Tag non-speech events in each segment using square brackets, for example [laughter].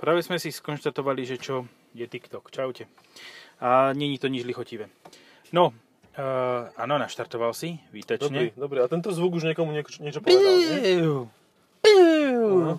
Práve sme si skonštatovali, že čo je TikTok. Čaute. A není to nič lichotivé. No, uh, áno, naštartoval si, Dobrý, výtečne. dobrý. A tento zvuk už niekomu nieko, niečo povedal, nie? Piu, piu. Aha.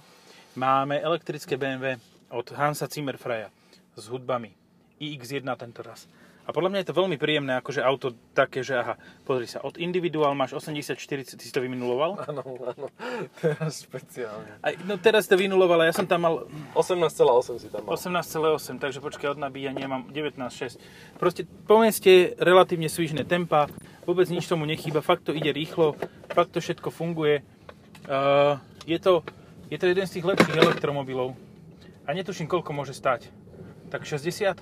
Máme elektrické BMW od Hansa Zimmerfreya s hudbami. iX1 tento raz. A podľa mňa je to veľmi príjemné, akože auto také, že aha, pozri sa, od Individual máš 84, si to vynuloval. Áno, áno. [laughs] Teraz špeciálne. Aj, no teraz to vynuloval, ale ja som tam mal 18,8 si tam mal. 18,8, takže počkaj, od nabíjania mám 19,6. Proste po meste relatívne svižné tempa, vôbec nič tomu nechýba, fakt to ide rýchlo, fakt to všetko funguje. Uh, je, to, je to jeden z tých lepších elektromobilov. A netuším, koľko môže stať. Tak 60?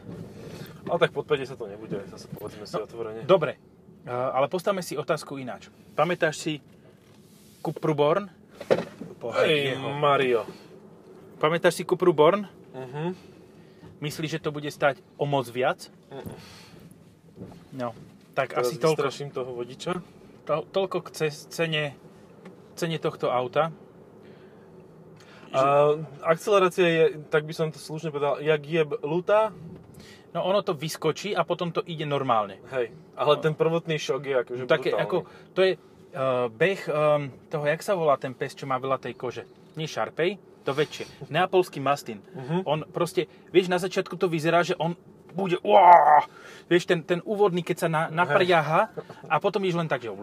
Ale tak pod 50 to nebude, zase povedzme si otvorene. Dobre, uh, ale postavme si otázku ináč. Pamätáš si Cupru Born? Hej, Mario. Pamätáš si Cupru Born? Mhm. Myslíš, že to bude stať o moc viac? No, tak Teraz asi toľko. vystraším toho vodiča. To, toľko k ce- cene, cene tohto auta. A akcelerácia je, tak by som to slušne povedal, jak je lutá, No ono to vyskočí a potom to ide normálne. hej, ale ten prvotný šok No. je akože Také, brutálny. ako, to je uh, beh um, toho, jak sa volá ten pes, čo má veľa tej kože. Nie šarpej, to väčšie. Neapolský mastín. Mhm. On proste, vieš, na začiatku to vyzerá, že on bude, uá, vieš, ten, ten úvodný, keď sa na, napriaha a potom ješ len tak, že...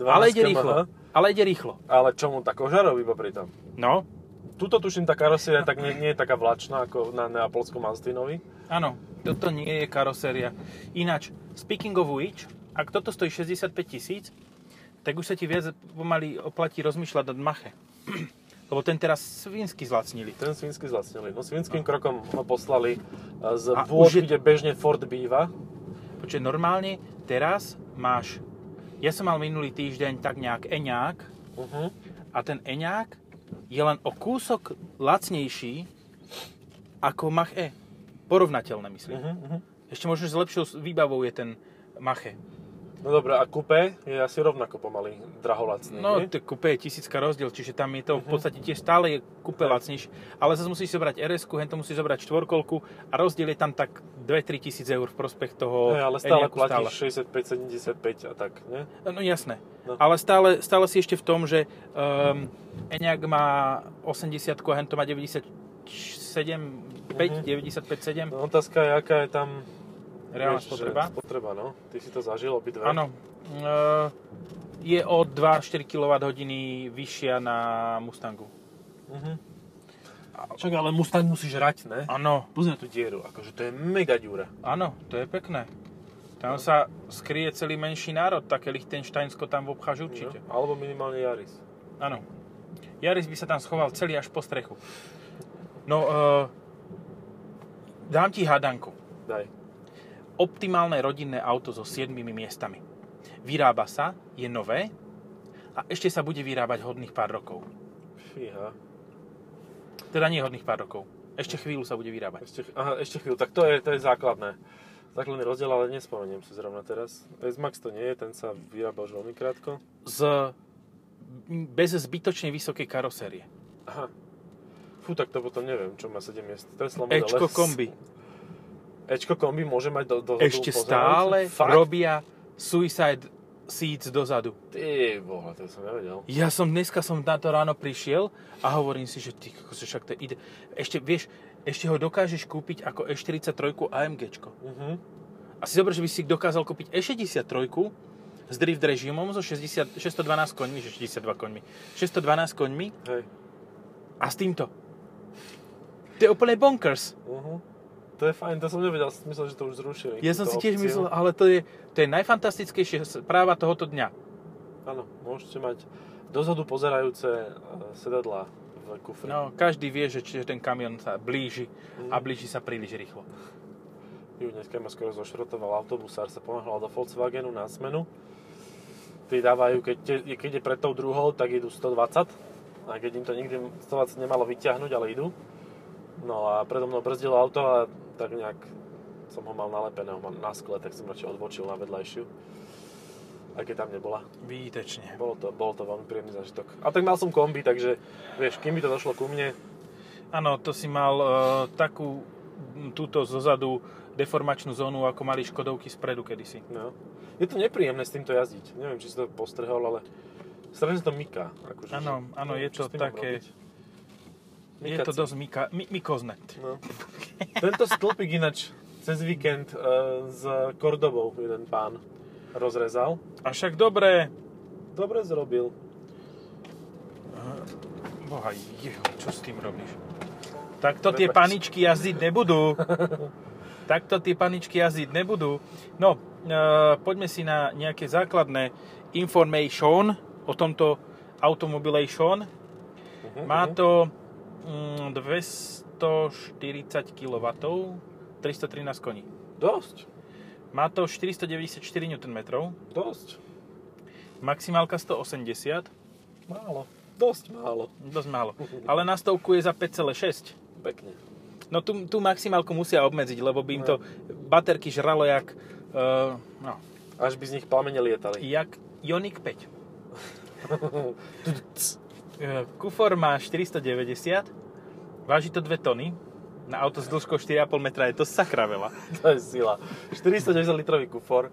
Ale ide 12 rýchlo. km/h. Ale ide rýchlo. Ale čomu tá kožarov iba pritom? No, Tuto tuším, tá karoséria tak nie, nie je taká vlačná ako na neapolskom Mastinovi. Áno, toto nie je karoséria. Ináč, speaking of which, ak toto stojí 65 tisíc, tak už sa ti viac pomaly oplatí rozmýšľať nad mache. [clears throat] Lebo ten teraz svinsky zlacnili. Ten svinsky zlacnili. No svinským krokom ho poslali eh, z A vôd, už je- kde bežne Ford býva. Počuť, normálne teraz máš... Ja som mal minulý týždeň tak nejak eňák Mhm, Uh-huh. a ten eňák je len o kúsok lacnejší ako Mach E. Porovnateľné, myslím. Uh-huh, uh-huh. Ešte možno s lepšou výbavou je ten Mache. No dobré, a kupé je asi rovnako pomaly draholacný. No, nie? to kúpe je tisícka rozdiel, čiže tam je to Mhm. v podstate tiež stále je kúpe lacnejšie. Ale zase musíš zobrať RS-ku, hen to musíš zobrať štvorkolku a rozdiel je tam tak 2-3 tisíc eur v prospech toho Hej, No, ale stále Enyaqu platíš 65, 75 a tak, nie? stále. No jasné. No. Ale stále, stále si ešte v tom, že um, Enyaq má 80 a hen to má 97, 5, Mhm. 95, 7. No otázka je, aká je tam... Reálna že spotreba? Spotreba, no. Ty si to zažil obidve. Áno. Uh, je o 2-4 kWh vyššia na Mustangu. Mhm. Čak, ale Mustang musíš rať, ne? Áno. Pozri na tú dieru, akože to je mega ďura. Áno, to je pekné. Tam sa skrie celý menší národ, také Lichtensteinsko tam obcháš určite. No, alebo minimálne Yaris. Áno. Jaris by sa tam schoval celý až po strechu. No, e, dám ti hadanku. Daj. Optimálne rodinné auto so 7 miestami. Vyrába sa, je nové a ešte sa bude vyrábať hodných pár rokov. Fíha. Teda nie hodných pár rokov. Ešte chvíľu sa bude vyrábať. Ešte, ch- aha, ešte chvíľu, tak to je, to je základné. Základný rozdiel, ale nespomeniem si zrovna teraz. S-Max to nie je, ten sa vyrába už veľmi krátko. Z, bez zbytočne vysokej karosérie. Aha. Fú, tak to potom neviem, čo má 7 miest. Tesla Model Ečko S. kombi. Ečko kombi môže mať do, do ešte dozadu stále pozerajúcu? Fakt? robia Suicide Seeds dozadu. Ty boha, to som nevedel. Ja som dneska som na to ráno prišiel a hovorím si, že ty, kokos, však to ide. Ešte, vieš, ešte ho dokážeš kúpiť ako E E43 AMG. Mhm. A si zober, že by si dokázal kúpiť E63 s drift režimom so 60, 612 koňmi, že 62 koňmi, 612 koňmi Hej. a s týmto. To je úplne bonkers. Mhm. To je fajn, to som nevedel, som myslel, že to už zrušili. Ja som si túto tiež opciu. myslel, ale to je, to je najfantastickejšia správa tohoto dňa. Áno, môžete mať dozadu pozerajúce eh, sedadlá v kufri. No, každý vie, že čiže ten kamion sa blíži a blíži sa príliš rýchlo. Ju, dneska ma skoro zošrotoval autobusár, sa ponáhľal do Volkswagenu na smenu. Tí dávajú, keď, te, keď je pred tou druhou, tak idú 120. A keď im to nikdy 120 nemalo vyťahnuť, ale idú. No a predo mnou brzdilo auto a tak nejak som ho mal nalepeného na skle, tak som radšej odbočil na vedľajšiu. aj keď tam nebola. Výtečne. Bolo to, bol to veľmi príjemný zážitok. A tak mal som kombi, takže vieš, kým by to došlo ku mne, Áno, to si mal e, takú m, túto zozadu deformačnú zónu, ako mali Škodovky spredu kedysi. no. Je to nepríjemné s týmto jazdiť. Neviem, či si to postrehol, ale strašne to myká. Akože, Áno, že- áno, je neviem, čo to s tým mám také- robiť. Je Mykať to sa. dosť mika, mi, mikozne. No. Tento stĺpik ináč cez víkend e, s Kordobou jeden pán rozrezal. A však dobre... Dobre zrobil. Boha, jeho, čo s tým robíš? Takto tie Prepač. paničky jazdiť [laughs] nebudú. Takto tie paničky jazdiť nebudú. No, e, poďme si na nejaké základné information o tomto automobilation. Mhm, Má mhm. to mm, 240 kW, 313 koní. Dosť, Má to 494 Nm, dosť, maximálka 180, málo, dosť málo. dosť málo. Ale na stovku je za 5,6. Pekne. No tú, tú maximálku musia obmedziť, lebo by im No. to baterky žralo jak, uh, no, Až by z nich plamene lietali. jak Ioniq 5. E, Kufor má 490, váži to 2 tony, na auto s dĺžkou 4,5 metra je to sakra veľa. [laughs] to je sila. 490 litrový kufor e,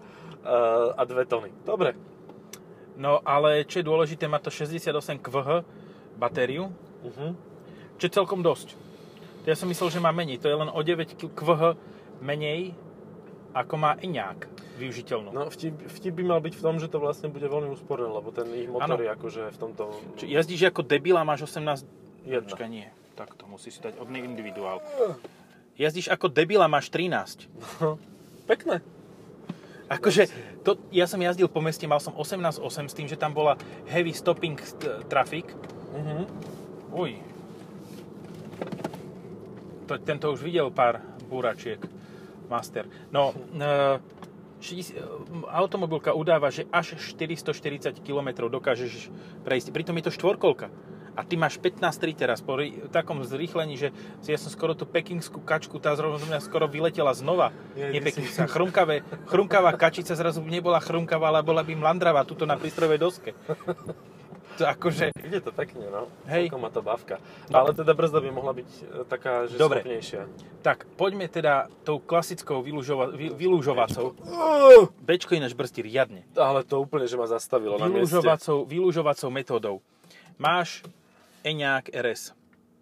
a 2 tony. Dobre, No ale čo je dôležité, má to 68 kWh batériu, Mhm. čo je celkom dosť. To Ja som myslel, že má menej, to je len o 9 kWh menej, ako má iňák využiteľnú. No. No vtip, vtip by mal byť v tom, že to vlastne bude veľmi úsporné, lebo ten ich motor Áno. je akože v tomto Či jazdíš ako debil a máš 18... jedna. Počkaj, nie. Tak to musíš si dať od individuál. Jazdíš ako debil a máš 13. [laughs] Pekné. Akože, to, ja som jazdil po meste, mal som 18,8 s tým, že tam bola heavy stopping eh, st- traffic. Mhm. Uj. To, tento už videl pár buračiek. Master. No, e, šis- e, automobilka udáva, že až 440 km dokážeš prejsť. Pritom je to štvorkolka. A ty máš 15.3 teraz po ri- takom zrýchlení, že si- ja som skoro tú pekingskú kačku, tá zrovna zo mňa skoro vyletela znova. Nie, Nie ty si- pekingská, chrumkavé, chrumkavá kačica zrazu nebola chrumkavá, ale bola by mlandravá, tuto na prístrojovej doske. To akože, Ide to pekne, no. Hej. Celkom má to bavka. No. Ale teda brzda by mohla byť e, taká, že Dobre. schopnejšia. Tak, poďme teda tou klasickou vylúžova- vy- vylúžovacou. Bčko ináč brzdí riadne. Ale to úplne, že ma zastavilo na mieste. Vylúžovacou, vylúžovacou metódou. Máš Eňák RS.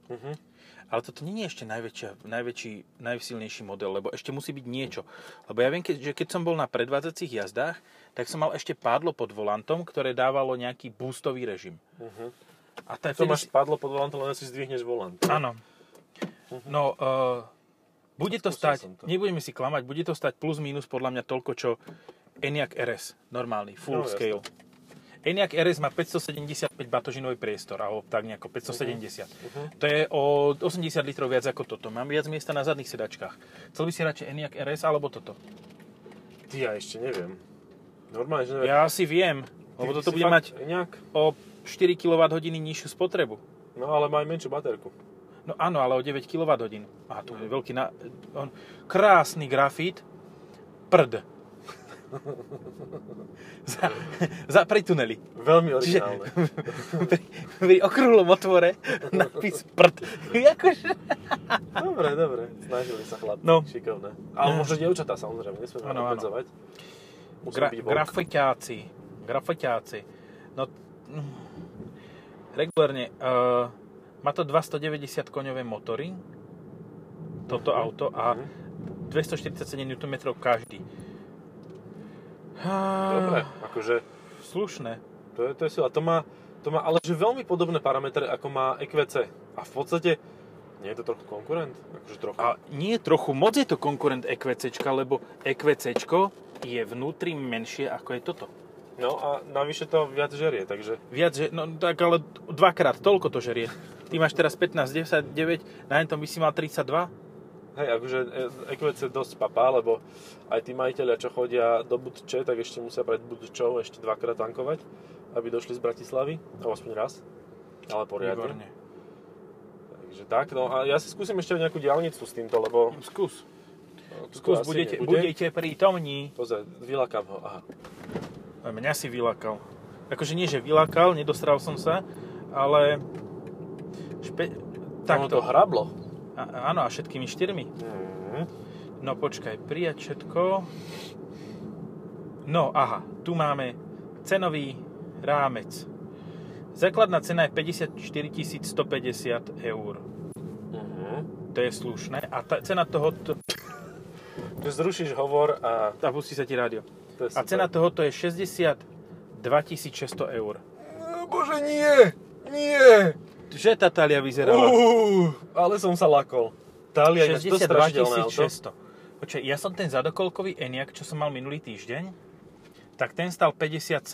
Mhm. Ale toto nie je ešte najväčšia, najväčší, najsilnejší model, lebo ešte musí byť niečo. Lebo ja viem, keď, že keď som bol na predvádzacích jazdách, tak som mal ešte pádlo pod volantom, ktoré dávalo nejaký boostový režim. Mhm. A tá To vtedy máš si- padlo pod volantom, len si zdvihneš volant. Áno. No, uh, bude to Skúsil som stať, to. nebudeme si klamať, bude to stať plus minus podľa mňa toľko, čo Enyaq RS, normálny, full No, jasné. scale. Enyaq RS má 575 batožinový priestor, alebo tak nejako 570. Mhm. To je o 80 litrov viac ako toto. Mám viac miesta na zadných sedačkách. Chcel by si radšej Enyaq RS alebo toto? Ty ja ešte neviem. Normálne, že neviem. Ja si viem, lebo Ty toto si bude fakt mať Nejak. o 4 kWh nižšiu spotrebu. No ale má aj menšiu baterku. No áno, ale o 9 kWh. A tu je veľký... Na... On... Krásny grafit. Prd. [laughs] za, za pri tuneli. Veľmi Čiže [laughs] originálne. pri, pri okrúhlom otvore [laughs] napis prd. [laughs] Akože... Dobre, dobre. Snažili sa chlapci. No. Šikovné. Ale možno dievčatá samozrejme, nesmieme Áno, áno. obmedzovať. Musí Gra, byť vok. grafiťáci. Grafiťáci. No... mm, Regulárne. Uh, má to 290 koňové motory. Toto auto. A... Mhm. 247 Nm každý. Dobre, akože Slušné. to je, to je sila. To má, to má ale že veľmi podobné parametre, ako má EQC. A v podstate nie je to trochu konkurent? Akože trochu. A nie trochu, moc je to konkurent EQC, lebo EQC je vnútri menšie ako je toto. No a navyše to viac žerie, takže Viac, že, no tak ale dvakrát toľko to žerie. Ty máš teraz 15, 10, 9, na tom by si mal 32. hej, akože e- EQC dosť papá, lebo aj tí majiteľia, čo chodia do Budče, tak ešte musia brať Budčov ešte dvakrát tankovať, aby došli z Bratislavy, alebo aspoň raz, ale poriadne. Výborne. Takže tak, no a ja si skúsim ešte nejakú diálnicu s týmto, lebo... Skús. tuto Mhm. Skús, asi budete, nebude. budete prítomní. Pozri, vylakám ho, aha. A mňa si vylakal. Akože nie, že vylakal, nedostral som sa, ale... Špe... Ono to Takto. hrablo. A, áno, a všetkými štyrmi. Mm. No počkaj, prijať všetko. No aha, tu máme cenový rámec. Základná cena je 54 150 eur. Mm. To je slušné. A tá cena tohoto... Že zrušíš hovor a A pustí sa ti rádio. to je A super. cena tohoto je 62 600 eur. Eh, Bože, nie! Nie! Že tá Talia vyzerala? Uh, ale som sa lakol. Tália je to 62 strašidelné auto. 600. Počkaj, ja som ten zadokolkový Eniak, čo som mal minulý týždeň, tak ten stal 57.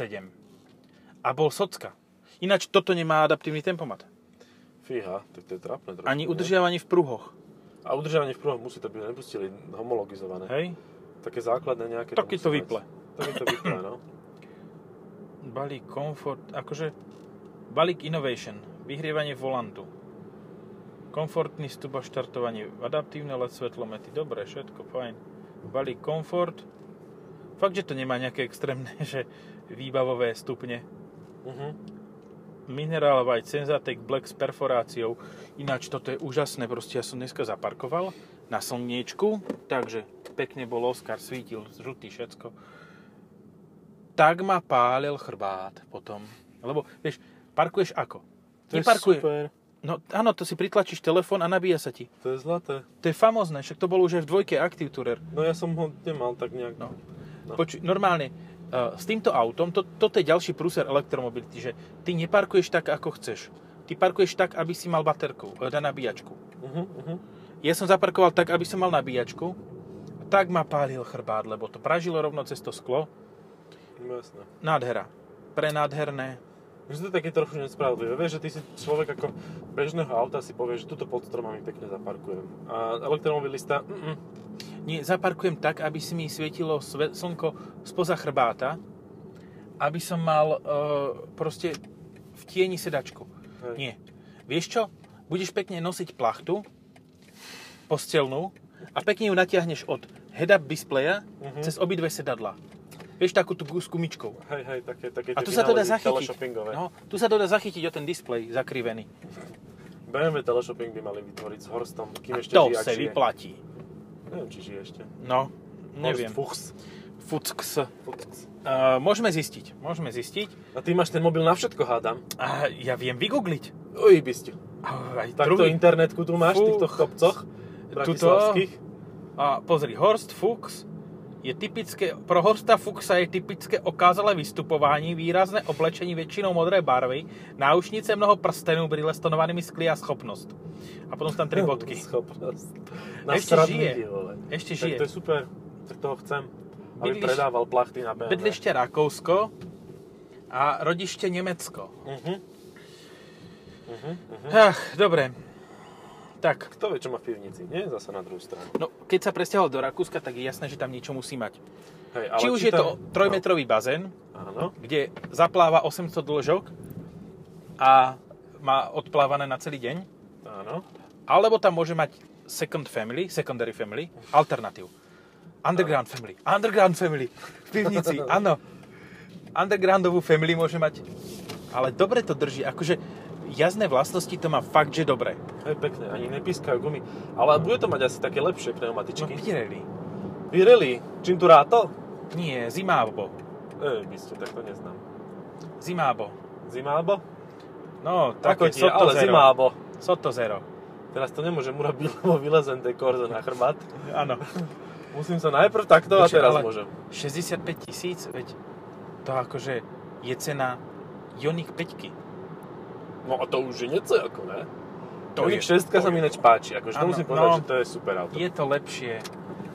A bol socka. Ináč toto nemá adaptívny tempomat. Fíha, tak to je trápne trošku. Ani nie? udržiavanie v pruhoch. A udržiavanie v prvom musí to byť, nepustili homologizované. Hej? Také základné nejaké. Taký musí to mať. vyple. Taký to vyple, no. Balík Comfort, akože balík Innovation, vyhrievanie volantu. Komfortný vstup a štartovanie, adaptívne LED svetlomety, dobre, všetko fajn. Balík Comfort, fakt, že to nemá nejaké extrémne, [laughs] že výbavové stupne. Uh-huh. Minerálová aj Senzatek Black s perforáciou. Ináč toto je úžasné, proste ja som dneska zaparkoval na slniečku, takže pekne bol Oscar, svítil, žltý, všetko. Tak ma pálil chrbát potom. Lebo, vieš, parkuješ ako? To je Neparkuje. super. No áno, to si pritlačíš telefón a nabíja sa ti. To je zlaté. To je famozné, však to bolo už aj v dvojke Active Tourer. No ja som ho nemal tak nejak. No. No. Počuj, normálne, uh, s týmto autom, to, toto je ďalší prúser elektromobility, že ty neparkuješ tak, ako chceš. Ty parkuješ tak, aby si mal baterku, e, na nabíjačku. Uh-huh, mhm. uh-huh. Ja som zaparkoval tak, aby som mal nabíjačku. A tak ma pálil chrbát, lebo to pražilo rovno cez to sklo. No jasné. Nádhera. Prenádherné. Že to je také trochu nespravodlivé. Vieš, že ty si človek ako bežného auta si povieš, že tuto pod stromami pekne zaparkujem. A elektromobilista, mm, mm, Nie, zaparkujem tak, aby si mi svietilo sve, slnko spoza chrbáta, aby som mal e, proste v tieni sedačku. Hej. Nie. Vieš čo? Budeš pekne nosiť plachtu, postelnú, a pekne ju natiahneš od head-up displeja Mhm. cez obidve sedadla. Vieš, takú tú s gumičkou. hej, hej, také, také A tie tu sa to dá vynálezy zachytiť. teleshoppingové. No, tu sa to dá zachytiť o ten displej zakrivený. BMW teleshopping by mali vytvoriť s Horstom, kým ešte to žije, ak sa žije. vyplatí. Neviem, či žije ešte. No, neviem. Horst Fucks. Fuchs. Uh, môžeme zistiť, môžeme zistiť. A ty máš ten mobil na všetko, hádam. A ja viem vygoogliť. Oj, by ste. A Aj Takto druhý. internetku tu máš, v Fuch. týchto chopcoch. Tuto. Bratislavských. A pozri, Horst Fuchs je typické, pro Horsta Fuchsa je typické okázalé vystupování, výrazné oblečení většinou modré barvy, náušnice mnoho prstenů, brýle s tonovanými skly a schopnost. A potom sú tam tri [laughs] bodky. Schopnosť. Na Ešte žije. sradnutí, vole. Ešte Tak žije. to je super. Tak toho chcem. Aby Bydliš- predával plachty na BMW. Bydliště Rakousko a rodiště Německo. Mhm. Mhm, mhm. Ach, dobre. Tak, Kto vie, čo má v pivnici, nie? Zase na druhú stranu. no keď sa presťahol do Rakúska, tak je jasné, že tam niečo musí mať. Hej, Či už je to trojmetrový bazén, No, áno. kde zapláva 800 dĺžok a má odplávané na celý deň, Áno. alebo tam môže mať second family, secondary family, alternatív. Underground family. Underground family. V [laughs] pivnici, áno. Undergroundovú family môže mať. Ale dobre to drží. Akože jazdné vlastnosti to má fakt, že dobre. Hej, pekné. Ani nepískajú gumy. Ale bude to mať asi také lepšie No pneumatičky. pirelli. Pirelli. Cinturato? Nie, Zimábo. Ej, by ste, tak to neznám. Zimábo. Zimábo? No, Ako také tie, Soto ale Zero. zimábo. Soto Zero. Teraz to nemôžem urobiť, [laughs] lebo vylezem tej korze na chrbát. Áno. Musím sa najprv takto a Počkaj, teraz ale- môžem. 65 tisíc, veď to akože je cena Ioniq 5. No a to už je niečo ako, ne? To Ioniq je- 6 to sa mi ináč páči, akože to Áno, musím povedať, no. že to je super auto. Je to lepšie.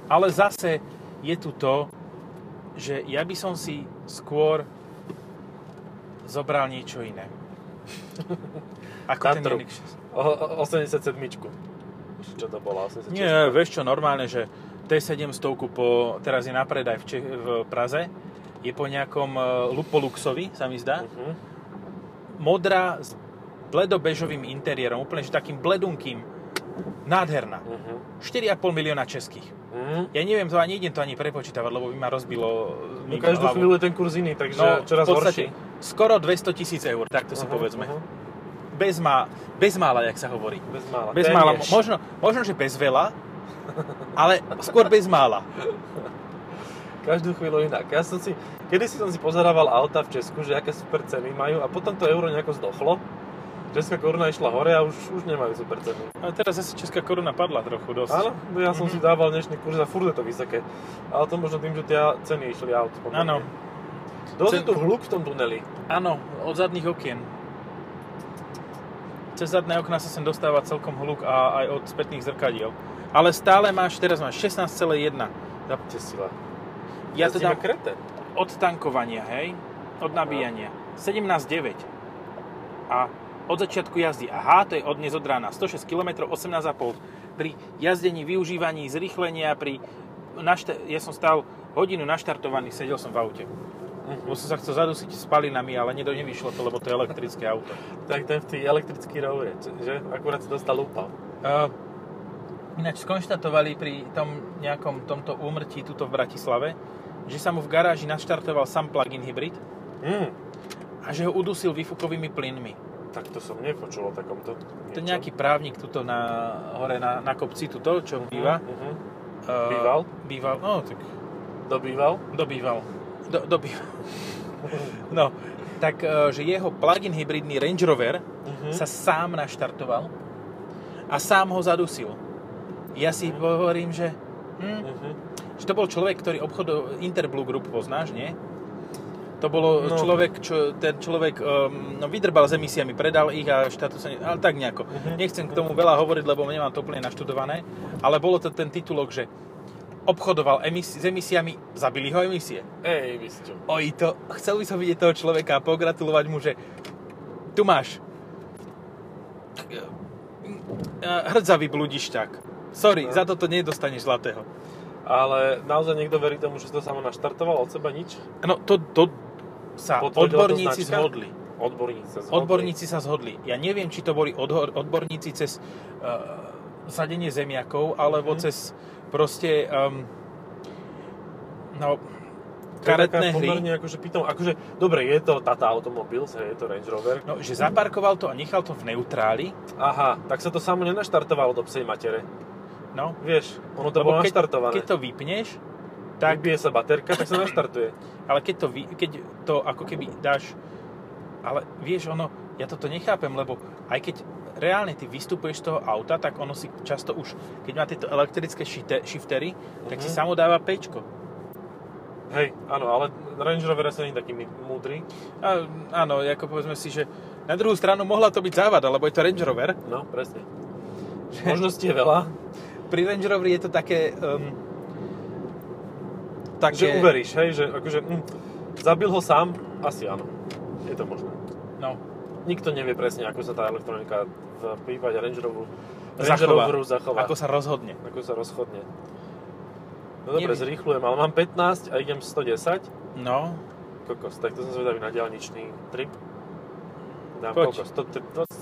Ale zase je tu to, že ja by som si skôr zobral niečo iné. [laughs] Ako ten Tatru. Ioniq 6. O, o, 87 Či Čo to bolo? 86? Nie, vieš čo, normálne, že T700 po, teraz je na predaj v, Čech, v Praze, je po nejakom eh, Lupoluxovi, sa mi zdá. Mhm. modrá s bledobežovým interiérom, úplne že takým bledunkým. Nádherná. Uh-huh. 4,5 milióna českých. Uh-huh. Ja neviem to ani, idem to ani prepočítavať, lebo by ma rozbilo... e, No, mi každú hlavu. chvíľu je ten kurz iný, takže No, v čoraz podstate, horší. skoro 200 tisíc eur, takto si Mhm, povedzme. mhm. Bez, má, bez mála, jak sa hovorí. Bez mála. Bez Téměř. mála, možno, možno, že bez veľa, ale skôr bez mála. Každú chvíľu inak. Ja som si, kedy si som si pozerával auta v Česku, že aké super ceny majú a potom to euro nejako zdochlo. Česká koruna išla hore a už, už nemajú super ceny. A teraz zase česká koruna padla trochu dosť. Áno, no ja Mhm. som si dával dnešný kurz a furt je to vysoké. Ale to možno tým, že tie ceny išli aut. pomerne. Áno, Dosť je Cen- tu hluk v tom tuneli. áno, od zadných okien. Cez zadné okna sa sem dostáva celkom hluk a aj od spätných zrkadiel. Ale stále máš, teraz máš 16,1. Te sila. Ja to Jazdíme dám kreten. od tankovania, hej? Od nabíjania. 17,9. A od začiatku jazdy. Aha, to je od dnes od rána. 106 km, 18,5. Pri jazdení, využívaní, zrýchlenia, pri... Našta- ja som stal hodinu naštartovaný, sedel som v aute. Lebo som sa chcel zadusiť spalinami, ale nedo nevyšlo to, lebo to je elektrické [laughs] auto. Tak ten v tej elektrický roure, č- že? Akurát si dostal úpal. Uh, Ehm, ináč skonštatovali pri tom nejakom tomto úmrtí tuto v Bratislave, že sa mu v garáži naštartoval sám plug-in hybrid Mm. a že ho udusil výfukovými plynmi. Tak to som nepočul o takomto. To je nejaký právnik tuto na, hore na, na kopci, tuto, čo býva. Uh-huh. Uh, Býval? Býval, no tak Dobýval? dobýval. Do, dobýval. No, tak eh, že jeho plug-in hybridný Range Rover Uh-huh. sa sám naštartoval a sám ho zadusil. Ja Mhm. si hovorím, že, hm, Uh-huh. že to bol človek, ktorý obchod Interblue Group poznáš, nie? To bolo No. človek, čo, ten človek um, no, vydrbal s emisiami, predal ich a štátu sa... Ne, ale tak nejako. Mhm. Nechcem k tomu veľa hovoriť, lebo nemám to úplne naštudované, ale bolo to ten titulok, že obchodoval emisi- s emisiami, zabili ho emisie. Ej, vy ste. Oj, to, chcel by som vidieť toho človeka a pogratulovať mu, že tu máš Eh, hrdzavý bludišťák. Sorry, No. za toto nedostaneš zlatého. Ale naozaj niekto verí tomu, že si to samo naštartoval od seba nič? No to, to sa Potvrdila to odborníci značka? zhodli. Odborníci sa zhodli. Odborníci sa zhodli. Ja neviem, či to boli odho- odborníci cez uh, sadenie zemiakov, alebo Mhm. cez proste um, no, To je karetné taká hry. Pomerne akože pýtam, akože, dobre, je to Tata automobil, je to Range Rover. No, že zaparkoval to a nechal to v neutráli. Aha, tak sa to samo nenaštartovalo do psej matere. No, Vieš, ono to Lebo bolo keď, naštartované. keď to vypneš, tak, tak bije sa baterka, tak sa naštartuje. ale keď to, vy, keď to ako keby dáš, ale vieš, ono, ja toto nechápem, lebo aj keď reálne ty vystupuješ z toho auta, tak ono si často už, keď má tieto elektrické šite, shiftery, tak si Mhm. samo dáva pečko. Hej, áno, ale Range Rover sa nie je taký mi- múdry. A, áno, ako povedzme si, že na druhú stranu mohla to byť závada, lebo je to Range Rover. No, presne. [laughs] Možností je veľa, Pri Range Roveri je to také... Um, že také uveríš, hej, že akože hm, zabil ho sám, asi áno. Je to možné. No, Nikto nevie presne, ako sa tá elektronika v prípade Range Roveru Range zachová, Roveru zachová. ako sa rozhodne. Ako sa rozchodne. No dobre, Neviem. zrýchlujem, ale mám 15 a idem 110. No, Kokos, tak to som zvedavý na diálničný trip. Dám Poď. kokos,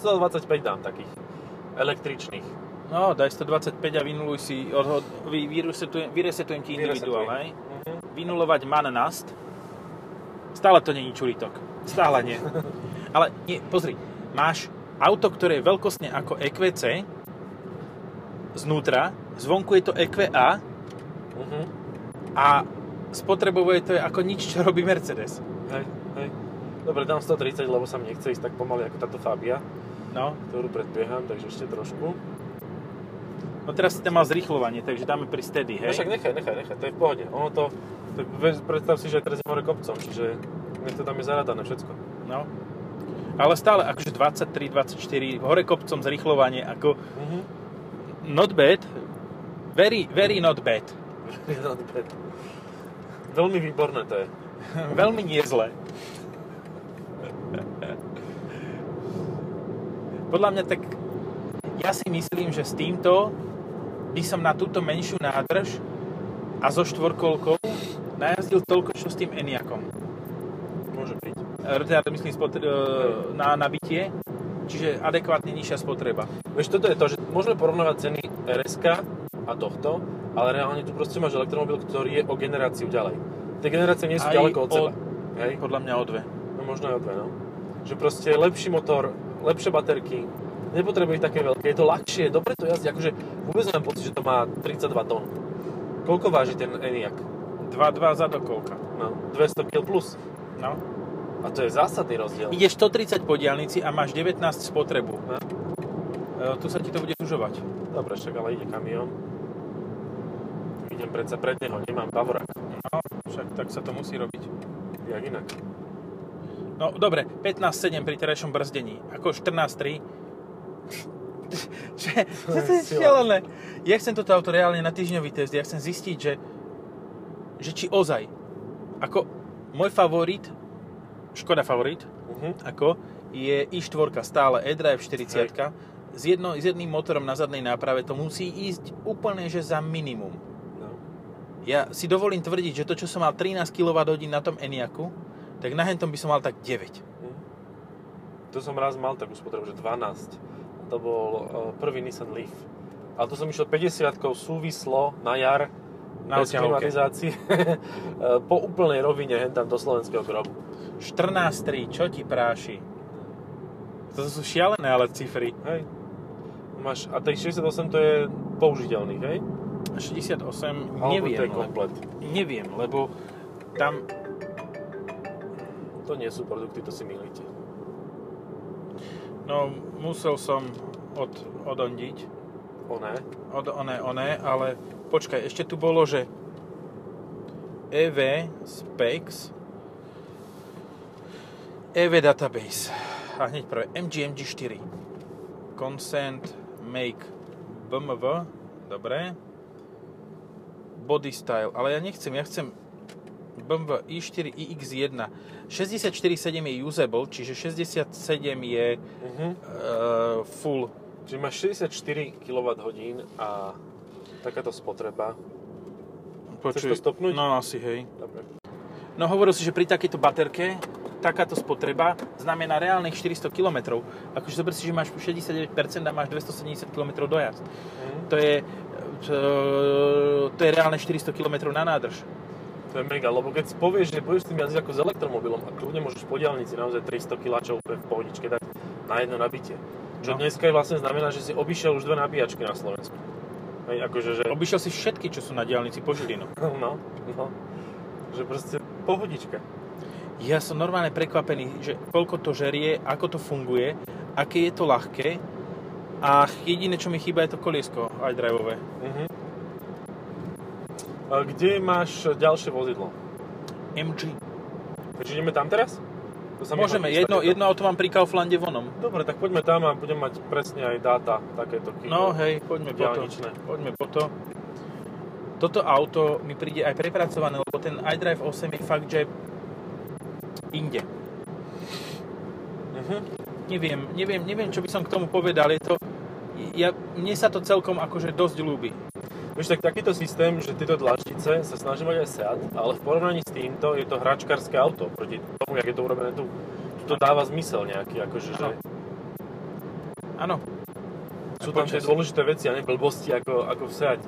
125 dám takých električných. No, daj 125 a vynuluj si, odhod, vy, vyresetujem, vyresetujem ti individuál, hej? Mhm. Vynulovať man nast. Stále to není čuritok. Stále nie. Ale nie, pozri, máš auto, ktoré je veľkostne ako EQC, znútra, zvonku je to EQA Mhm. a spotrebové to je ako nič, čo robí Mercedes. Hej, hej. Dobre, dám 130, lebo sa mi nechce ísť tak pomaly ako táto Fabia, No, ktorú predbieham, takže ešte trošku. no teraz si tam mal zrýchľovanie, takže dáme pri steady, Hej. hej? No Však nechaj, nechaj, nechaj, to je v pohode. Ono to, to ve- predstav si, že aj teraz je more kopcom, čiže nech to tam je zaradané všetko. No. Ale stále akože 23, 24, hore kopcom zrýchľovanie, ako [laughs] Mhm. Not bad. Very, very not bad. [laughs] No, Veľmi výborné to je. Veľmi nie zle. Podľa mňa tak... Ja si myslím, že s týmto by som na túto menšiu nádrž a so štvorkolkou najazdil toľko, čo s tým Eniakom. Môže byť. Teda myslím spod, e, na e, nabitie. Čiže adekvátne nižšia spotreba. Vieš, toto je to, že môžeme porovnávať ceny rs a tohto, ale reálne tu proste máš elektromobil, ktorý je o generáciu ďalej. Tie generácie nie sú Aj ďaleko od o- seba. Hej? Podľa mňa o dve. No možno aj o dve, no. Že proste lepší motor, lepšie baterky, nepotrebuje ich také veľké, je to ľahšie, dobre to jazdí, akože vôbec mám pocit, že to má 32 tón. Koľko váži ten Enyaq? 2,2 zadokolka. No, 200 kg plus. No. A to je zásadný rozdiel. Ideš 130 po diálnici a máš 19 spotrebu. No. E, tu sa ti to bude zužovať. Dobre, však ale ide kamión. Idem predsa pred neho, nemám pavora. No, však tak sa to musí robiť. Jak inak. No dobre, 15,7 pri terajšom brzdení, ako [laughs] 14,3. Čo je- čo to je sila. šialené. Ja chcem toto auto reálne na týždňový test, ja chcem zistiť, že, že či ozaj, ako môj favorit, Škoda favorit, Uh-huh. ako je i4 stále e-drive 40 s, jedno, s jedným motorom na zadnej náprave, to musí ísť úplne že za minimum. No. Ja si dovolím tvrdiť, že to, čo som mal 13 kWh na tom Eniaku, tak na hentom by som mal tak 9. Mhm. Tu som raz mal takú spotrebu, že 12. To bol e, prvý Nissan Leaf. A tu som išiel 50 súvislo na jar, Na bez obťahovke. klimatizácie, [laughs] E, po úplnej rovine hen tam do slovenského grobu. 14,3, čo ti práši? To sú šialené ale cifry. Hej. Máš, a tej 68 to je použiteľný, hej? 68, Alebo neviem, to je lebo, komplet. neviem, lebo tam, To nie sú produkty, to si milíte. no musel som od, odondiť, O ne? od oné, oné, ale počkaj, ešte tu bolo, že EV Specs EV Database a hneď prvé MGMG4 Consent Make BMW dobre Body Style, ale ja nechcem, ja chcem BMW i4 iX1 64.7 je usable, čiže 67 je Mhm. uh, full Čiže máš 64 kWh a takáto spotreba. Počuj, to stopnúť? No asi, hej. Dobre. No hovoril si, že pri takejto baterke takáto spotreba znamená reálnych 400 km. Akože zober si, že máš 69% a máš 270 km dojazd. Mhm. To je, to, to je reálne 400 km na nádrž. To je mega, lebo keď si povieš, že budeš s tým jazdiť ako s elektromobilom a kľudne môžeš po diálnici naozaj 300 kiláčov úplne v pohodičke dať na jedno nabitie. Čo No. no. dneska vlastne znamená, že si obišiel už dve nabíjačky na Slovensku. Hej, akože, že... [laughs] Obišiel si všetky, čo sú na diálnici po Žilinu. No, no. Že proste pohodička. Ja som normálne prekvapený, že koľko to žerie, ako to funguje, aké je to ľahké a jediné, čo mi chýba, je to koliesko aj driveové. Mhm. A kde máš ďalšie vozidlo? MG. Takže ideme tam teraz? To sa mi Môžeme, hodí jedno, takéto. jedno auto mám pri Kauflande vonom. Dobre, tak poďme tam a budem mať presne aj dáta takéto. kým- No hej, poďme po to. Diaľničné. Poďme po to. Toto auto mi príde aj prepracované, lebo ten iDrive 8 je fakt, že inde. Mhm. Neviem, neviem, neviem, čo by som k tomu povedal. Je to, ja, mne sa to celkom akože dosť ľúbi. Vieš, tak takýto systém, že tieto dlaždice sa snaží mať aj Seat, ale v porovnaní s týmto je to hračkárske auto proti tomu, jak je to urobené tu. Tu to dáva zmysel nejaký, akože, že Áno. Áno, sú tam tie Počas- dôležité veci a ne blbosti ako, ako v Seate.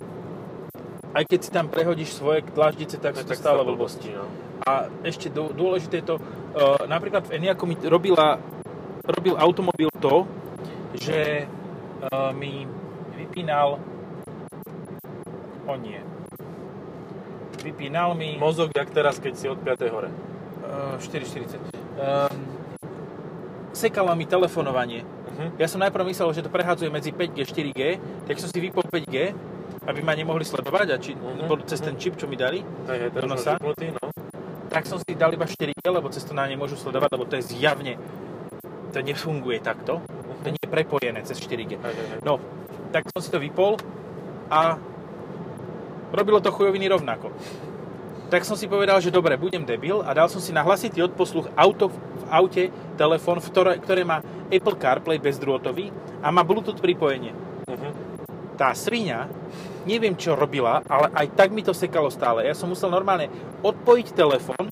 aj keď si tam prehodíš svoje dlaždice, tak sú to stále blbosti. no. A ešte dô- dôležité je to, e, napríklad v Eniaku mi t- robila, robil automobil to, že e, mi vypínal, o nie, vypínal mi no. Mozog, jak teraz, keď si od 5. hore. e, 4,40, Ehm, sekala mi telefonovanie. Mhm. Ja som najprv myslel, že to prehádzuje medzi 5G a 4G, tak som si vypol 5G, aby ma nemohli sledovať a či, Mhm, bol cez ten čip, čo mi dali. Hej, hej, teraz Do máš nosa? vypnutý, no. tak som si dal iba 4G, lebo cez to na nemôžu sledovať, lebo to je zjavne, to nefunguje takto, to nie je prepojené cez 4G. Mhm. Hej, hej, hej. No, tak som si to vypol a robilo to chujoviny rovnako. Tak som si povedal, že dobre, budem debil a dal som si na hlasitý odposluch auto v aute telefón, v ktoré, ktoré má Apple CarPlay bezdrôtový a má Bluetooth pripojenie. Mhm. Tá svinia, neviem čo robila, ale aj tak mi to sekalo stále. Ja som musel normálne odpojiť telefón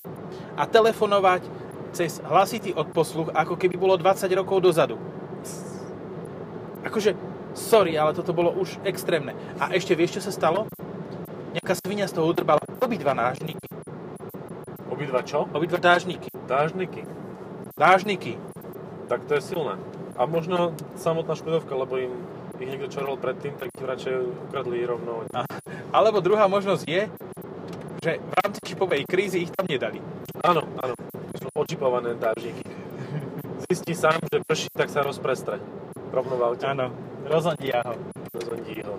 a telefonovať cez hlasitý odposluch, ako keby bolo 20 rokov dozadu. Akože, sorry, ale toto bolo už extrémne. A ešte vieš, čo sa stalo? Nejaká svinia z toho udrbala obidva nážniky. Obidva čo? Obidva dážniky. Dážniky. Dážniky. Tak to je silné. A možno samotná Škodovka, lebo im ich niekto čarol predtým, tak im radšej ukradli rovno. A- Alebo druhá možnosť je, že v rámci čipovej krízy ich tam nedali. Áno, áno. Sú očipované dážniky. Zistí sám, že prší, tak sa rozprestre. Rovno v aute. Áno, rozhodia ho. Zondí ho.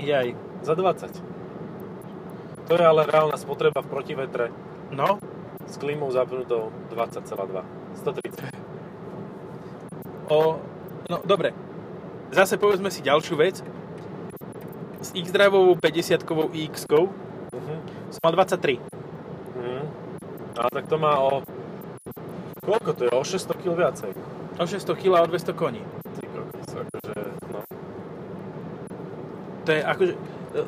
Jaj. Za 20. To je ale reálna spotreba v protivetre No, s klímou zapnutou 20,2. 130. o... No, dobre. Zase povedzme si ďalšiu vec. S X-Driveovou 50-kovou ix Mhm. som mal 23. Mhm. A tak to má o... Koľko to je? O 600 kg viacej. O 600 kg a o 200 koní. Ty kokos, akože, no. To je akože... e,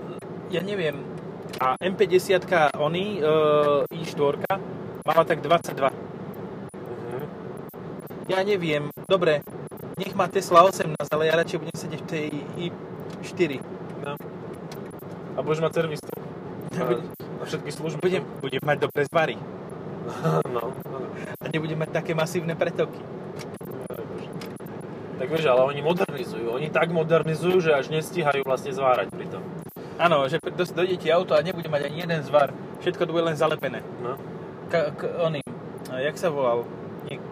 Ja neviem. A M50 oni, e, i4, mala tak 22. Mhm. Ja neviem. Dobre, nech má Tesla 18, ale ja radšej budem sedieť v tej i4. No. A budeš mať servistu. Ja A, budem- a všetky služby. Budem, budem mať dobré zvary. [laughs] no. no. A nebudem mať také masívne pretoky. Aj Bože. Tak vieš, ale oni modernizujú. Oni tak modernizujú, že až nestíhajú vlastne zvárať pri tom. Áno, že pr- dos- dojde ti auto a nebude mať ani jeden zvar. Všetko to bude len zalepené. No. K, k oným. A jak sa volal? Niek-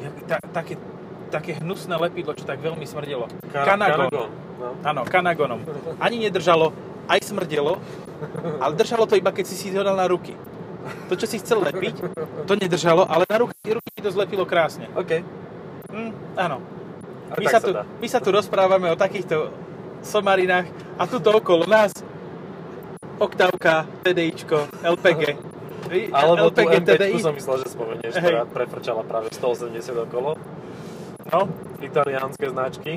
jak, ta, také, také hnusné lepidlo, čo tak veľmi smrdelo. Kanagon. No. Áno, kanagonom. Ani nedržalo, aj smrdelo, ale držalo to iba, keď si si ho dal na ruky. To, čo si chcel lepiť, to nedržalo, ale na ruky, ruky ti to zlepilo krásne. OK. Mm, áno. A My tak sa, sa tu, dá. my sa tu rozprávame o takýchto somarinách a tuto okolo nás Oktávka, TDIčko, LPG. Vy- Alebo tú LPG, M5 TDI. som myslel, že spomenieš, Hej. ktorá prefrčala práve 180 okolo. No, Italiánske značky.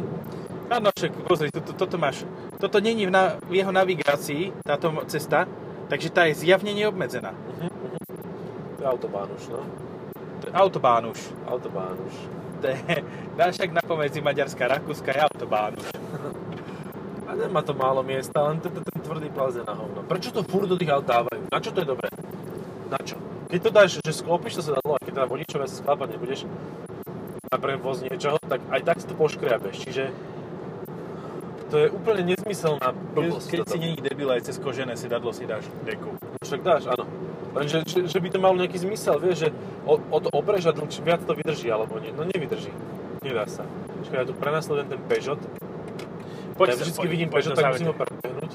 áno, však pozri, toto, toto máš. Toto není v, na, v jeho navigácii, táto mo- cesta, takže tá je zjavne neobmedzená. To je autobán už, no. To je autobán už. Autobán už. To je, dá však na pomedzi Maďarska a Rakúska je autobán už. A nemá to málo miesta, len ten, ten, ten tvrdý plaz je na hovno. Prečo to furt do tých aut dávajú? Na čo to je dobré? Na čo? Keď to dáš, že sklopíš, to sa dalo, a keď teda vodičové sa sklápať nebudeš na prevoz niečoho, tak aj tak si to poškriabeš. Čiže to je úplne nezmyselná Keď, blbosť. keď toto. No si není debil aj cez kožené sedadlo si dáš deku. Však dáš, áno. Lenže že, že by to malo nejaký zmysel, vieš, že o, o to obreža dlhšie, viac to vydrží, alebo nie. No nevydrží. Nedá sa. Čakaj, ja tu prenasledujem ten Peugeot. ja sa- vždycky vidím poď Peugeot, do tak musím ho závete. prebehnúť.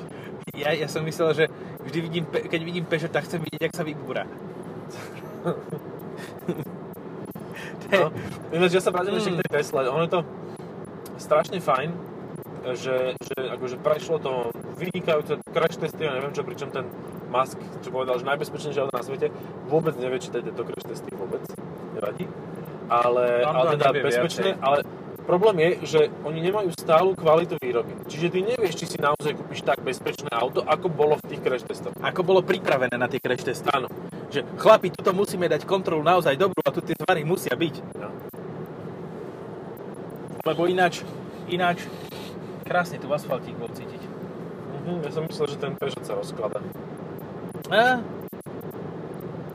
Ja, ja som myslel, že vždy vidím, Pe- keď vidím Peugeot, tak chcem vidieť, jak sa vybúra. To je- No. Ináč, ja sa vrátim ešte k Mm. tej Tesle. Ono je to strašne fajn, že, že akože prešlo to vynikajúce crash testy, ja neviem čo, pričom ten Musk, čo povedal, že najbezpečnejšie auto na svete, vôbec nevie, či to je tieto crash testy vôbec, nevadí. Ale, On to ale teda nevie bezpečné, ale problém je, že oni nemajú stálu kvalitu výroby. Čiže ty nevieš, či si naozaj kúpiš tak bezpečné auto, ako bolo v tých crash testoch. Ako bolo pripravené na tie crash testy. Áno. Že chlapi, tuto musíme dať kontrolu naozaj dobrú a tu tie tvary musia byť. No. Lebo ináč, ináč, krásne tu asfaltík bol cítiť. Mhm, ja som myslel, že ten Peugeot sa rozklada. A?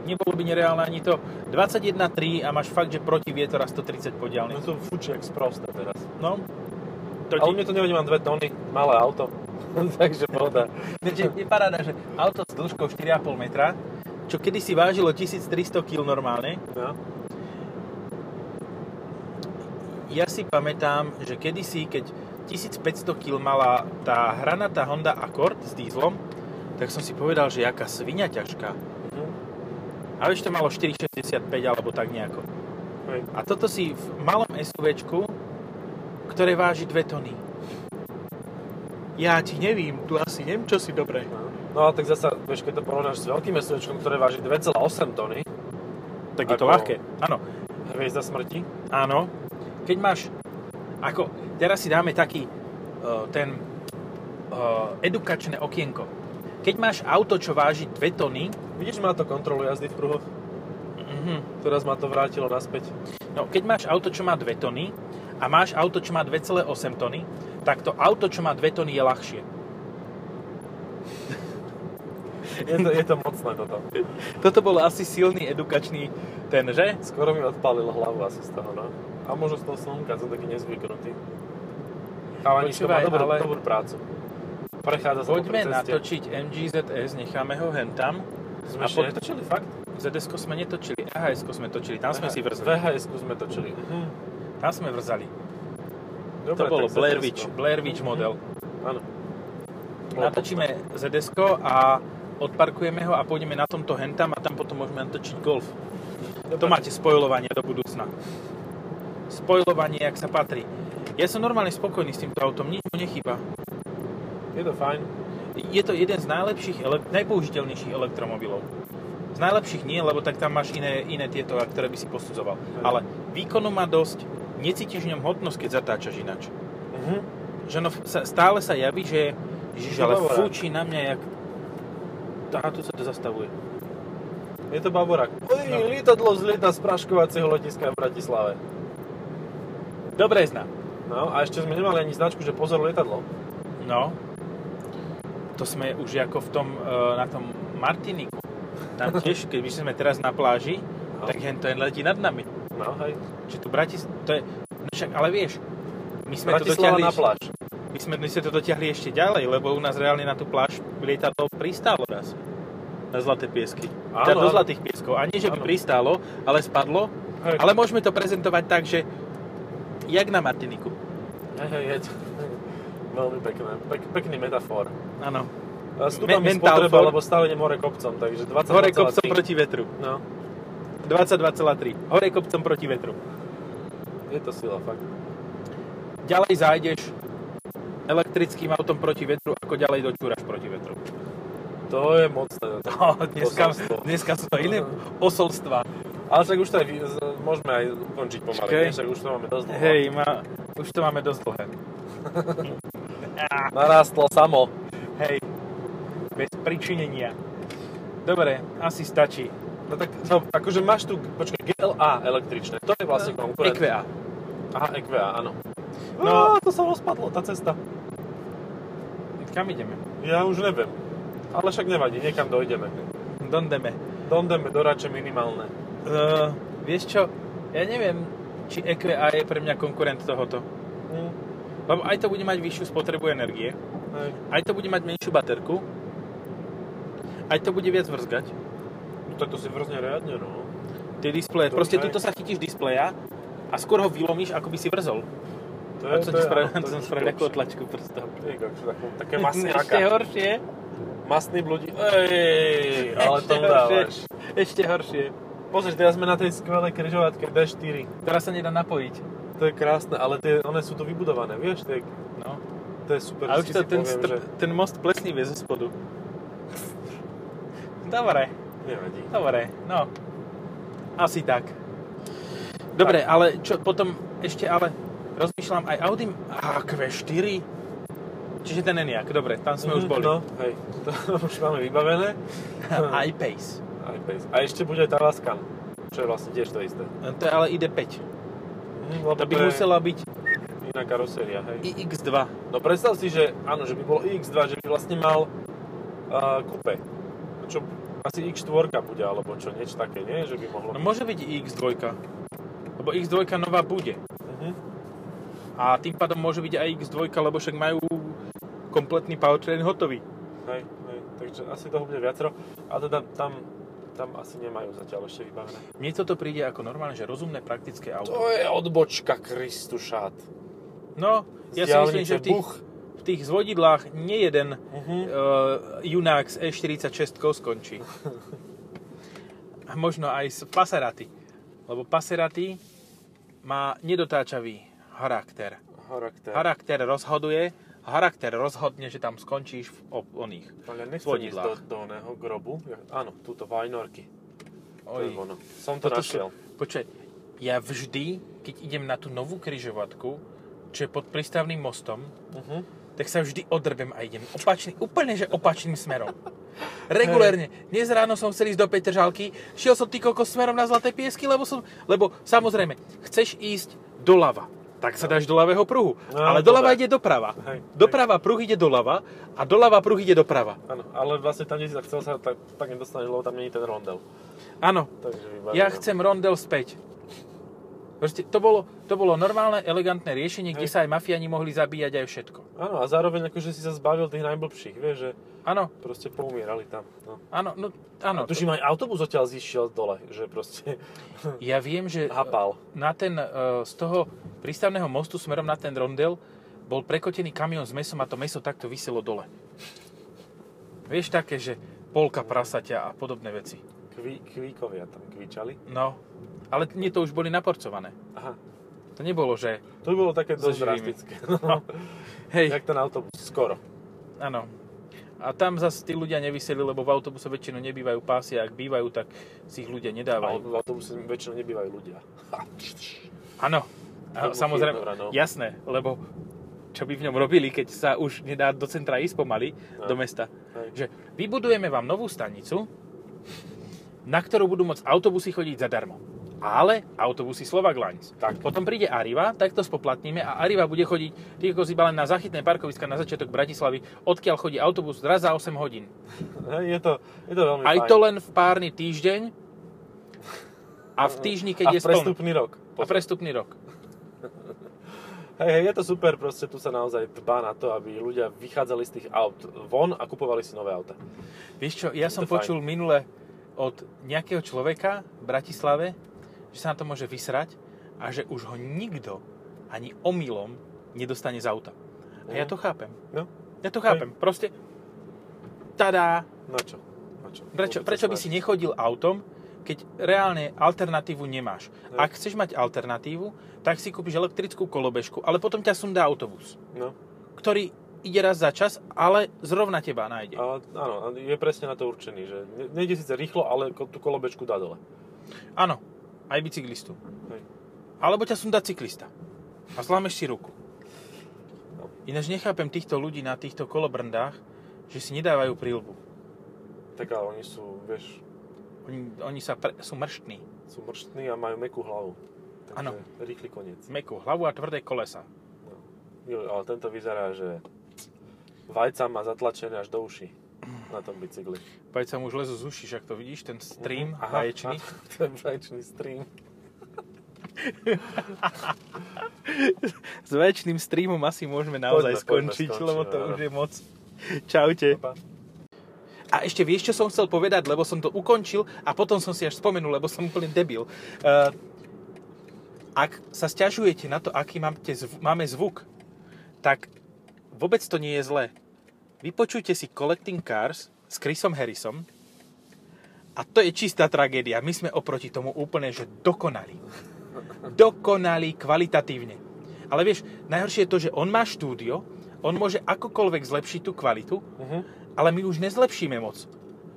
Nebolo by nereálne ani to. 21.3 a máš fakt, že proti vietor a 130 po No diaľnici. to fučí jak sprosté teraz. No, to Ale mne to nevadí, mám dve tony, malé auto. [laughs] Takže pohoda. Takže je paráda, [laughs] že auto s dĺžkou 4,5 metra, čo kedysi vážilo 1300 kg normálne, No. ja si pamätám, že kedysi, keď 1500 kg mala tá hranatá Honda Accord s dízlom, tak som si povedal, že jaká svinia ťažká. Mhm. A vieš, to malo 4,65 alebo tak nejako. Hej. A toto si v malom SUVčku, ktoré váži 2 tony. Ja ti nevím, tu asi neviem, čo si dobré. No. no ale tak zasa, vieš, keď to porovnáš s veľkým SUVčkom, ktoré váži 2,8 tony, Tak je to Ako- ľahké. Áno, hviezda smrti. Áno. Keď máš, ako teraz si dáme taký e, ten e, edukačné okienko. Keď máš auto, čo váži 2 tony, Vidíš, má to kontrolu jazdy v kruhoch. mhm, Teraz ma to vrátilo naspäť. no keď máš auto, čo má 2 tony a a máš auto, čo má 2,8 tony, tak to auto, čo má 2 tony, je ľahšie. Je to, je to mocné toto. Toto bol asi silný edukačný ten, že? Skoro mi odpálil hlavu asi z toho, no. A možno z toho slnka, som taký nezvyknutý. Ale nič, to Počúvaj, má dobrú, ale- dobrú prácu. Prechádza sa po Poďme tej ceste. natočiť MGZS, necháme ho hentam. Sme a ešte po- netočili, fakt? ZS ko sme netočili, ahs ko sme točili, tam sme si vrzali. VHS sme točili. Mhm. Tam sme vrzali. Dobre, To bolo tak sa Blair testo. Witch, Blair Witch model. Áno. Bolo Natočíme ZS ko a odparkujeme ho a pôjdeme na tomto hentam a tam potom môžeme natočiť golf. to- To máte spojovanie do budúcna. Spojovanie, jak sa patrí. Ja som normálne spokojný s týmto autom, nič mu nechýba. Je to fajn. Je to jeden z najlepších, ele- najpoužiteľnejších elektromobilov. Z najlepších nie, lebo tak tam máš iné, iné tieto, ktoré by si posudzoval. Ale výkonu má dosť, necítiš v ňom hodnosť, keď zatáčaš ináč. Mhm. Že no, sa, stále sa javí, že Ježiš, ale Dobre. fúči na mňa, jak... Aha, tu sa to zastavuje. Je to baborák. Oj, No. lietadlo zlieta z praškovacieho letiska v Bratislave. Dobre zná. No a ešte sme nemali ani značku, že pozor lietadlo. No. To sme už ako v tom, eh, na tom Martiniku. [laughs] Tam tiež, keď by sme teraz na pláži, No. tak hen to jen letí nad nami. No hej. Či tu Bratis... To je... No však, ale vieš, my sme, to Bratislava dotiahli, na pláž. my sme, my sme to dotiahli ešte ďalej, lebo u nás reálne na tú pláž lietadlo pristálo raz. Na Zlaté piesky. Áno, Áno, do áno. Zlatých pieskov. A nie, že by Áno. pristálo, ale spadlo. Hej. Ale môžeme to prezentovať tak, že jak na Martiniku. Hej, hej, [laughs] je to... Veľmi pekné. Pek, pekný metafor. Áno. A Stúpa Me- mi mental spotreba, for. lebo stále idem hore kopcom, takže 20 Hore kopcom proti vetru. No, 22,3. Hore kopcom proti vetru. je to sila, fakt. Ďalej zájdeš elektrickým autom proti vetru, ako ďalej dočúraš proti vetru. To je mocné. To. [laughs] No, dneska, Posolstvo. dneska sú to iné posolstva. Ale však už to aj vy- z- môžeme aj ukončiť pomaly, Čakaj. nie? však už to máme dosť dlho. Hej, ma, už to máme dosť dlhé. Narástlo samo. Hej, bez pričinenia. Dobre, asi stačí. No tak, no, akože máš tu, počkaj, GLA električné, to je vlastne konkurent. EQA. Aha, EQA, áno. No. Á, to sa rozpadlo, tá cesta. Kam ideme? Ja už neviem. Ale však nevadí, niekam dojdeme. Dondeme. Dondeme do radšej minimálne. Uh, vieš čo, ja neviem, či EQA je pre mňa konkurent tohoto. Hm, Lebo aj to bude mať vyššiu spotrebu energie, hej. aj to bude mať menšiu baterku, aj to bude viac vrzgať. No, tak to si vrzne riadne, no. Tie displeje, To proste hej. tuto sa chytíš displeja a skôr ho vylomíš, ako by si vrzol. To A co ti to spravil, áno, to [laughs] som je spravil horšie. takú tlačku prstov. Ty kokšo, takú- [laughs] Také Ešte masňáka. horšie, Masný bludí. Ej, ale Ešte to horšie. dávaš. ešte horšie. Pozri, teraz sme na tej skvelej križovatke D4. Teraz sa nedá napojiť. To je krásne, ale tie, one sú tu vybudované, vieš? To je, No. to je super, A že už to, si ten, poviem, str- že... ten most plesnivé zo spodu. Dobre, Nevadí. dobre, no. Asi tak. Dobre, ale čo potom ešte, ale rozmýšľam aj Audi AQ4. Čiže ten Enyaq, dobre, tam sme už Mhm, boli. [laughs] No, hej, [laughs] to už máme vybavené. Aj Pace. Aj bez. A ešte bude aj Taraskan, čo je vlastne tiež to isté. No, To je ale ID5. Mhm, To lebo by je musela byť Iná karoséria, hej. iX2. No predstav si, že áno, že by bolo X2, že by vlastne mal uh, kupe. Čo asi X4 bude, alebo čo, niečo také, nie? Že by mohlo... No môže byť iX2. Lebo X2 nová bude. Mhm. A tým pádom môže byť aj X2, lebo však majú kompletný powertrain hotový. Hej, hej, takže asi toho bude viacero. A teda tam, tam asi nemajú zatiaľ ešte vybavené. Mne toto príde ako normálne, že rozumné praktické auto. je odbočka Kristušát. No, ja si myslím, že v tých, Buch. v tých zvodidlách nie jeden Mhm. uh, junák s E46 skončí. A možno aj s Passerati. Lebo Passerati má nedotáčavý charakter. Charakter. Charakter rozhoduje, charakter rozhodne, že tam skončíš v ob- oných. Ale nechcem ísť do, svodidlách. do oného grobu. Ja, áno, túto vajnorky. To je Oj, ono. Som to Toto našiel. počkaj, ja vždy, keď idem na tú novú kryžovatku, čo je pod prístavným mostom, Mhm. tak sa vždy odrbem a idem opačný, úplne že opačným smerom. Regulérne. Dnes ráno som chcel ísť do Petržalky, šiel som ty kokos smerom na Zlaté piesky, lebo som, lebo samozrejme, chceš ísť doľava. tak sa dáš do ľavého pruhu. No, ale doľava dobre. ide doprava. Hej, doprava pruh ide doľava a doľava pruh ide doprava. Áno, ale vlastne tam, kde si sa chcel, sa tak, tak nedostaneš, lebo tam není ten rondel. Áno, Takže vybavené. ja chcem rondel späť. Proste to bolo, to bolo normálne, elegantné riešenie, kde Hej. sa aj mafiáni mohli zabíjať aj všetko. Áno, a zároveň akože si sa zbavil tých najblbších, vieš, že Áno, proste poumierali tam. No. áno, no, áno. A tuším aj autobus odtiaľ zišiel dole, že proste [laughs] Ja viem, že hapal. na ten, e, z toho prístavného mostu smerom na ten rondel bol prekotený kamión s mesom a to meso takto vyselo dole. Vieš také, že polka prasaťa a podobné veci. Kví, kvíkovia tam kvíčali. No, ale nie to už boli naporcované. Aha, To nebolo, že... to by bolo také So dosť živými. drastické. [laughs] No, No, hej, jak ten autobus, skoro. áno. A tam zase tí ľudia nevyseli, lebo v autobuse väčšinou nebývajú pásy a ak bývajú, tak si ich ľudia Ale nedávajú. v autobuse väčšinou nebývajú [laughs] ľudia. Áno, Alebo a samozrejme, firma, no. jasné, lebo čo by v ňom robili, keď sa už nedá do centra ísť pomaly, No. do mesta. Že Hej. vybudujeme vám novú stanicu, na ktorú budú môcť autobusy chodiť zadarmo. Ale autobusy Slovak Lines. Tak. Potom príde Arriva, tak to spoplatníme a Arriva bude chodiť tých iba len na zachytné parkoviska na začiatok Bratislavy, odkiaľ chodí autobus raz za 8 hodín. Hej, je to, je to veľmi Aj fajn. to len v párny týždeň a v týždni, keď a je v spln. prestupný rok. A prestupný rok. Hej, hej, je to super, proste tu sa naozaj dbá na to, aby ľudia vychádzali z tých aut von a kupovali si nové auta. Vieš čo, ja som to fajn. počul minule od nejakého človeka v Bratislave, že sa na to môže vysrať a že už ho nikto ani omylom nedostane z auta. A ja Mhm. to chápem. No, Ja to chápem. Proste, tadá, na čo? Na čo? prečo, Vôbec prečo by sa si nechodil autom, keď reálne alternatívu nemáš? No. Ak chceš mať alternatívu, tak si kúpiš elektrickú kolobežku, ale potom ťa sundá autobus, No, ktorý ide raz za čas, ale zrovna teba nájde. ale áno, a je presne na to určený, že ne- nejde síce rýchlo, ale ko- tú kolobečku dá dole. Áno, aj bicyklistu. Hej. Alebo ťa sundá cyklista a zlámeš si ruku. No. Ináč nechápem týchto ľudí na týchto kolobrndách, že si nedávajú prílbu. Tak ale oni sú, vieš, Oni, oni sa pre, sú mrštní. sú mrštní a majú mekú hlavu. Takže Áno. rýchly koniec. Mekú hlavu a tvrdé kolesa. Jo, ale tento vyzerá, že vajca má zatlačené až do uši na tom bicykli. Pajca mu už lezu z uši, však to vidíš, ten stream Mhm. Aha, vaječný. aha, [laughs] Ten vaječný stream. [laughs] S vaječným streamom asi môžeme Poďme, poďme skončiť, áno. je moc. Čaute. Pa. A ešte vieš, čo som chcel povedať, lebo som to ukončil a potom som si až spomenul, lebo som úplne debil. Eh, ak sa stiažujete na to, aký máte, zv- máme zvuk, tak vôbec to nie je zlé. Vypočujte si Collecting Cars s Chrisom Harrisom a to je čistá tragédia. My sme oproti tomu úplne, že dokonali. Dokonali kvalitatívne. Ale vieš, najhoršie je to, že on má štúdio, on môže akokoľvek zlepšiť tú kvalitu, Mhm. ale my už nezlepšíme moc.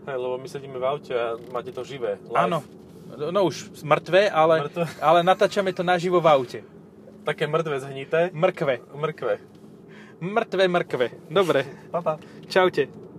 Hej, lebo my sedíme v aute a máte to živé. Live. Áno. No už mŕtve, ale, Mŕtve. ale natáčame to naživo v aute. Také mŕtve zhnité. Mrkve. Mrkve. Mŕtve, mrkve. Dobre. Papa. Čaute.